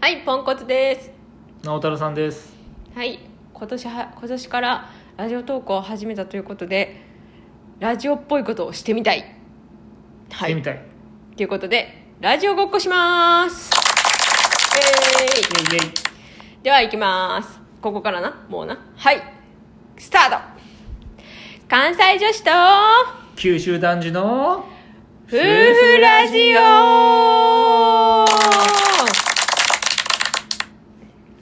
はい、ポンコツです。直太朗さんですはい、今年は今年からラジオ投稿を始めたということで、ラジオっぽいことをしてみたい。来はてい、みたい、ということで、ラジオごっこします。イエイエイイエイーイでは行きます。ここからな、もうな。はい、スタート。関西女子と九州男児の夫婦ラジオ。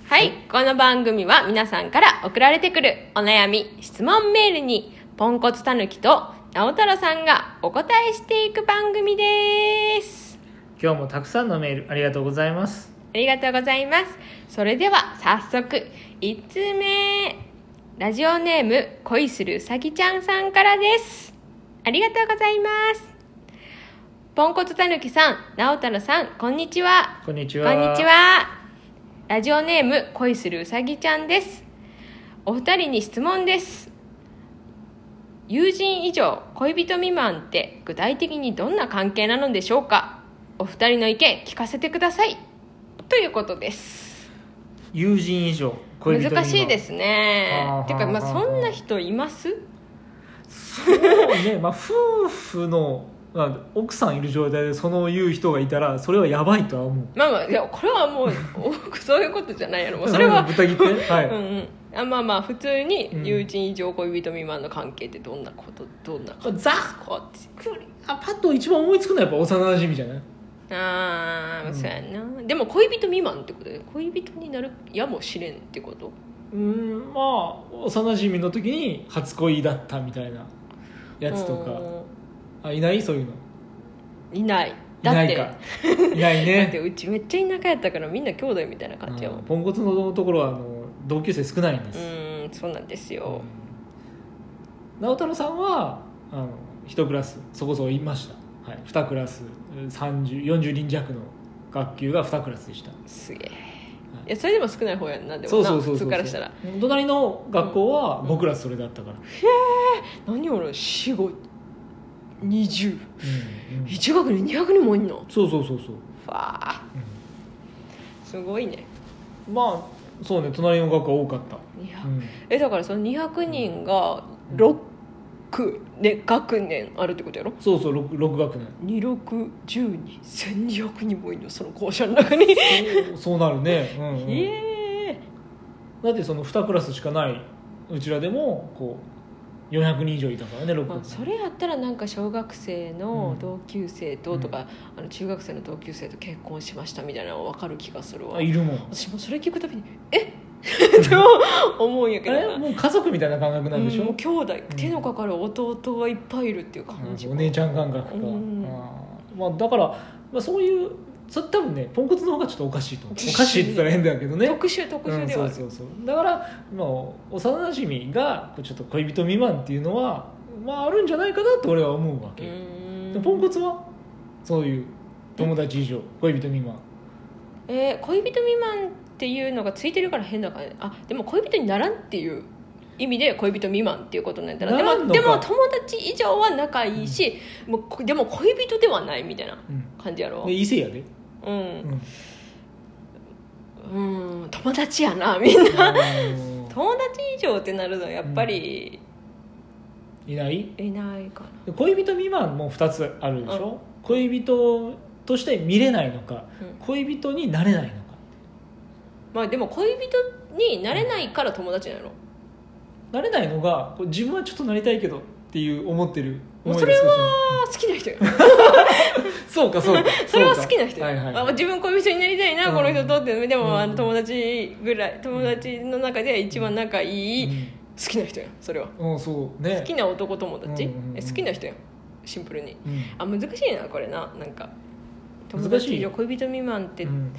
はい、この番組は皆さんから送られてくるお悩み、質問メールに、ポンコツたぬきと直太朗さんがお答えしていく番組です。今日もたくさんのメールありがとうございますありがとうございます。それでは早速、1通目。ラジオネーム、恋するうさぎちゃんさんからです。ありがとうございます。ポンコツたぬきさん、直太朗さん、こんにちは。こんにちこはんにちは。ラジオネーム恋するうさぎちゃんです。お二人に質問です。友人以上恋人未満って具体的にどんな関係なのでしょうか。お二人の意見聞かせてください。ということです。友人以上恋人以上難しいですねあ。ーてかまあはあはあそんな人います？そうね、まあ、夫婦の、まあ、奥さんいる状態でその言う人がいたらそれはやばいとは思うまあまあいやこれはもうおそう いうことじゃないやろ。もうそれは。豚切ってはい、うんうんあまあまあ普通にうん友人以上恋人未満の関係ってどんなことどんなことざっこうってくりあパッと一番思いつくのはやっぱ幼馴染じゃないああ、うんそうやなでも恋人未満ってことで恋人になるやもしれんってことうんまあ幼馴染の時に初恋だったみたいなやつとかあいないそういうのうんいないいだってないかいない ねだってうちめっちゃ田舎やったからみんな兄弟みたいな感じやもうんんポンコツのところはあの同級生少ないんでうす、んそうなんですよ、うん直太朗さんはあの1クラスそこそこいました、はい、2クラス30 40人弱の学級が2クラスでしたすげえいやそれでも少ない方やんなでそもうなそうそう普そ通うからしたら隣の学校は5クラスそれだったから、何俺4520うんうん一学年200人もいんのそうそうそうそう、わあすごいねうんまあそうね隣の学校は多かった、いやうんえだからその200人がうん6、ね、学年あるってことやろそうそう 6, 六学年2612,1200人もいるのその校舎の中にイそうそうなるね、うんうんエだってその2クラスしかないうちらでもこう400人以上いたからね6ーイ、まあ、クそれやったらなんか小学生のうん同級生ととか、あの中学生の同級生と結婚しましたみたいなの分かる気がするわあいるもん私もそれ聞くたびに「 えって思うんやあけどれなもう家族みたいな感覚なんでしょ、うん兄弟ん手のかかる弟はいっぱいいるっていうう感じんお姉ちゃん感覚か、うんあーまあ、だから、まあ、そういうそれ多分ねポンコツの方がちょっとおかしいと思うおかしいって言ったら変だけどね特殊特う殊ん、でそはあうる、そうそうだから、まあ、幼馴染がこうちょっと恋人未満っていうのは、まあ、あるんじゃないかなって俺は思うわうけ、ーんポンコツはそういう友達以上恋人未満えー恋人未満っていうのがついてるから変だからねあでも恋人にならんっていう意味で恋人未満っていうことになったらならでんものかでも友達以上は仲いいし、もうこでも恋人ではないみたいなうん感じやろで異性やで、ううんん、うん友達やなみんなあのー友達以上ってなるのはやっぱり いないいないかな、で恋人未満も2つあるでしょ、恋人として見れないのかうん恋人になれないのかまあでも恋人になれないから友達なのなれないのがこう自分はちょっとなりたいけどっていう思ってるもう思いそがれ少しは好きな人よそうかそうか それはうか好きな人よ、はいはいあ自分恋人になりたいな、うんこの人とってでも、うんあの友達ぐらい友達の中で一番仲いい、好きな人やそれはうん、うんそうね好きな男友達、うんうんうんえ好きな人やシンプルにうんあ難しいなこれななんか難友しい達以上恋人未満ってうん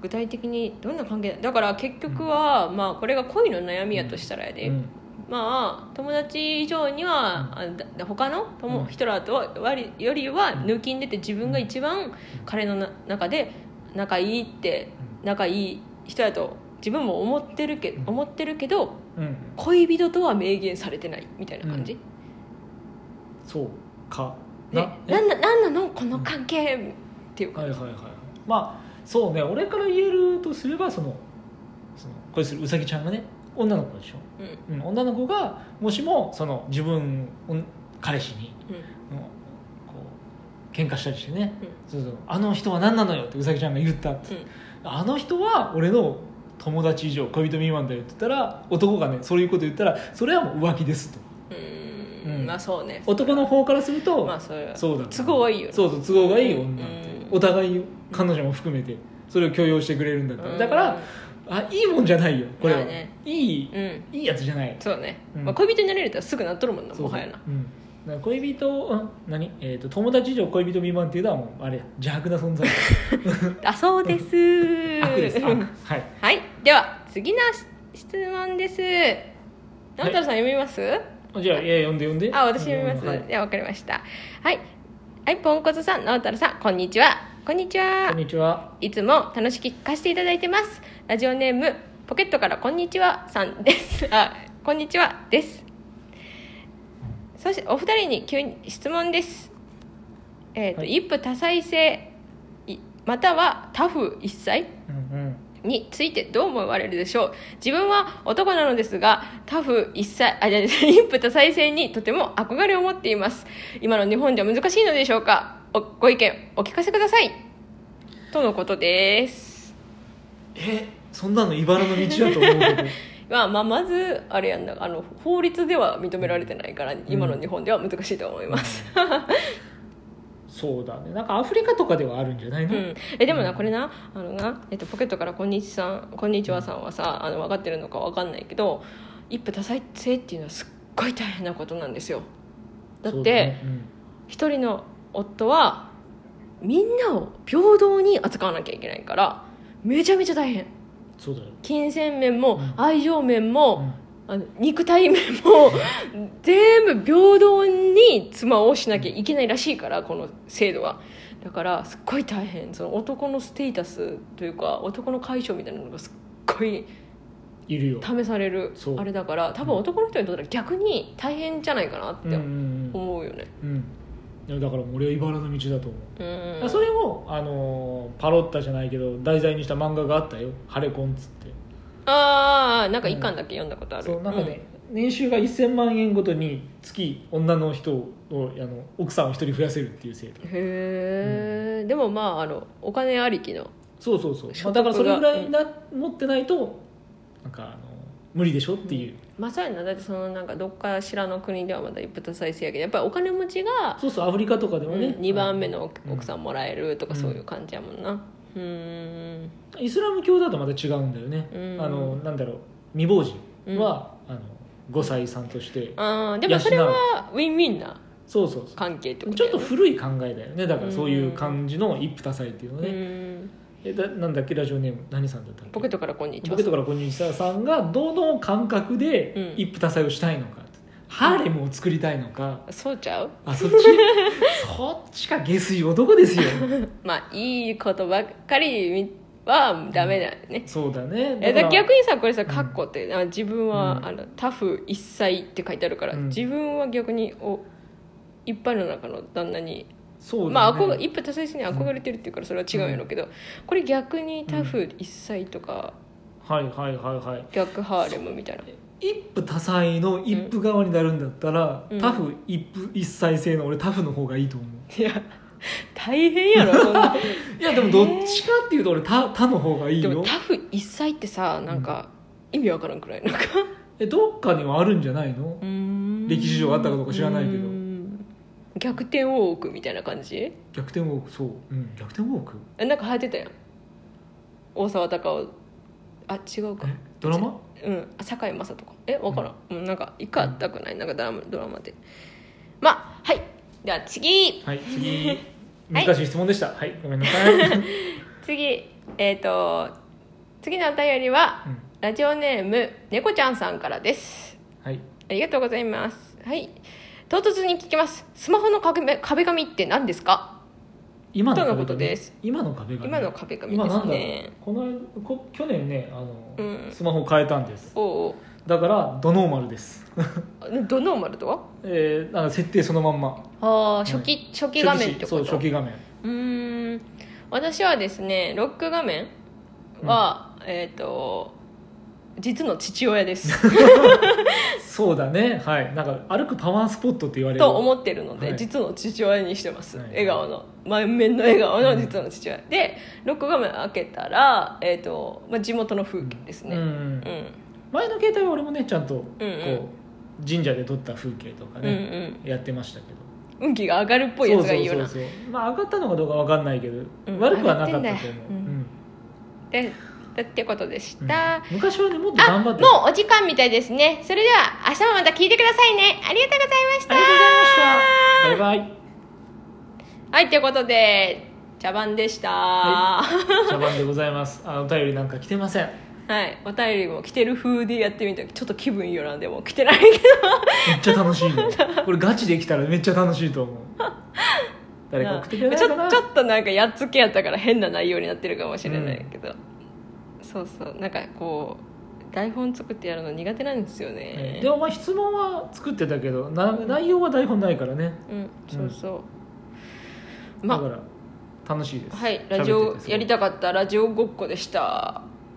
具体的にどんな関係だから結局は、まあこれが恋の悩みやとしたらやで、うんまあ友達以上には、あだ他の友、うん人らとは割りよりは抜きんでて自分が一番彼のな中で仲いいって仲いい人やと自分も思ってるけうん思ってるけどうん、恋人とは明言されてないみたいな感じ、そうかでなんななんなのこの関係っていうはか、いはいはいまあそうね俺から言えるとすればそのその恋するうさぎちゃんがね女の子でしょ、うんうんうん、女の子がもしもその自分うん彼氏にうんこう喧嘩したりしてね、そうそうあの人は何なのよってうさぎちゃんが言ったって、うんあの人は俺の友達以上恋人未満だよって言ったら男がねそういうこと言ったらそれはもう浮気ですとううんんまあそうね男の方からすると、まあそれはそうだ都合はいいよねそうそう都合がいい女って、うんお互いよ彼女も含めてそれを許容してくれるんだったら、だからあいいもんじゃないよこれは、まあねいいうんうんいいやつじゃないそうねうんまあ恋人になれるとすぐなっとるもんなそうもはやなうんだから恋人、うん、何、えー、と友達以上恋人未満っていうのはもうあれや邪悪な存 在あそうです悪です悪はいはいでは次の質問です直太郎さん読みます、じゃあ、いや、読んで読んで。あ私読みます、うんはいい、やわかりましたはいはいポンコツさん直太郎さんこんにちはこんにちはこんにちは。いつも楽しく聞かせていただいてますラジオネームポケットからこんにちはさんです あこんにちはですそしてお二人に急に質問ですえっ、と、はい一夫多妻制いまたはタフ一妻うんうん。についてどう思われるでしょう自分は男なのですがタフ一切あじ ゃあ一夫多妻制にとても憧れを持っています今の日本では難しいのでしょうかおご意見お聞かせくださいとのことですえ、そんなの茨の道だと思う けど。まあまあ、まずあれやんなあの法律では認められてないから今の日本では難しいと思います、そうだね。なんかアフリカとかではあるんじゃないうの、ん、えでもうなんこれなあのな、えっと、ポケットからこんにちさん「こんにちは」さんはさあの分かってるのか分かんないけど一夫多妻制っていうのはすっごい大変なことなんですよだっそうてねうん一、人の夫はみんなを平等に扱わなきゃいけないからめちゃめちゃ大変そうだよ。金銭面もうん愛情面うも、んあの肉体面も 全部平等に妻をしなきゃいけないらしいからこの制度はだからすっごい大変その男のステータスというか男の解消みたいなのがすっごいいるよ。試されるそうあれだから多分男の人にとっては逆に大変じゃないかなっうんうてんうん思うよねうん。いやだからもう俺は茨の道だと思う。うんそれを、あのーパロッタじゃないけど題材にした漫画があったよ「ハレコン」っつってああなんか一巻だけ読んだことあるそうなんかね、年収が1000万円ごとに月女の人をあの奥さんを一人増やせるっていう制度うんへえでもまああのお金ありきのそうそうそう、ま所あ、得だがからそれぐらいな、持ってないとなんかあの無理でしょっていう、まあそうやなだってそのなんかどっかしらの国ではまだ一夫多妻制やけどやっぱりお金持ちが、そうそうアフリカとかでうもね、ん、2番目の奥うん奥さんもらえるとかうんそういう感じやもんなうーんあのイスラム教だとまた違うんだよね、うんあのなんだろう未亡人は、あの5歳さんとして、あーでもそれはウィンウィンなそうそうそ関係ってこうとちょやっねと古い考えだよねだかうんらそういう感じの一夫多妻っていうのうね、ーんえだなんだっけラジオネーム何さんだったっけポケットからこんにちポはケットから購入したさんがどの感覚でうん一夫多妻をしたいのか、ハーレムを作りたいのかそうちゃう あそっちそっちか下水男ですよまあいいことばっかりみはダメだよね、そうだねえだから逆ににさこれさ「んカッコ」ってあ自分は、うんあのタフ一切って書いてあるから、うん自分は逆においっぱいの中の旦那にそうまだ、あね憧一夫多妻制に憧れてるっていうからそれは違うんやろうけど、これ逆にタフ一切とかはいはいはいはい逆ハーレムみたいな一夫多妻の一夫側になるんだったら、うんタフ一夫一妻制の俺タフの方がいいと思ういや大変やろそんないやでもどっちかっていうと俺タタの方が いいでもよタフ一切ってさなんか意味わからんくらいなんかえどっかにはあるんじゃないの 歴史上あったかどうか知らないけどうん逆転ウォークみたいな感じ逆転ウォークそう、うん、逆転ウォークえなんか流行ってたやん大沢たかおあ違うかえドラマうんあ堺雅人かえ分からん、うん、なんか一回あったくないなんかドラマドラマでまあはいでは次はい、次難しい質問でした。はい、ごめんなさい。うん次えっ、と次のお便りはラジオネーム猫ちゃんさんからですはい、ありがとうございますはい唐突に聞きますスマホの壁壁紙って何ですか今のとの壁こと紙です。今の壁紙。今の壁紙今でなすんだろうね。このこ去年ね、あの、うんスマホ変えたんです。おうだからドノーマルです。おうドノーマルとはえー、なんか設定そのまんま。あー初期、初期画面ってこそう、と初期画面。うーん私はですねロック画面は、えっ、と実の父親ですそうだねはいなんか歩くパワースポットって言われると思ってるので、はい実の父親にしてます、はい笑顔の満面の笑顔の実の父親、でロック画面開けたら、えっとまあ、地元の風景ですねううんん、前の携帯は俺もねちゃんとこう、うんうん神社で撮った風景とかうんうね、んやってましたけど運気が上がるっぽいやつがいいよなそうそうそうそうまあ上がったのかどうかわかんないけど、うん悪くはなかったと上が思ってんう、だようんでだってことでしうんた、昔はねもっとあ頑張もっうてたお時間みたいですねそれでは明日もまた聞いてくださいねありがとうございましたありがとうございましたバイバイはいということで茶番でしたはは 茶番でございますあお便りなんか来てませんい、お便りも来てる風でやってみたちょっと気分いいよなでも来てないけどめっちゃ楽し いねこれガチできたらめっちゃ楽しいと思う誰か送ってくれないちょかなちょ っとなんかやっつけやったから変な内容になってるかもしれないけど、そうそうなんかこう台本作ってやるの苦手なんですよねえーでもまあ質問は作ってたけどな内容は台本ないからねうんそうそう、まだあから楽しいですはい、ラジオやりたくかったラジオごっこでした。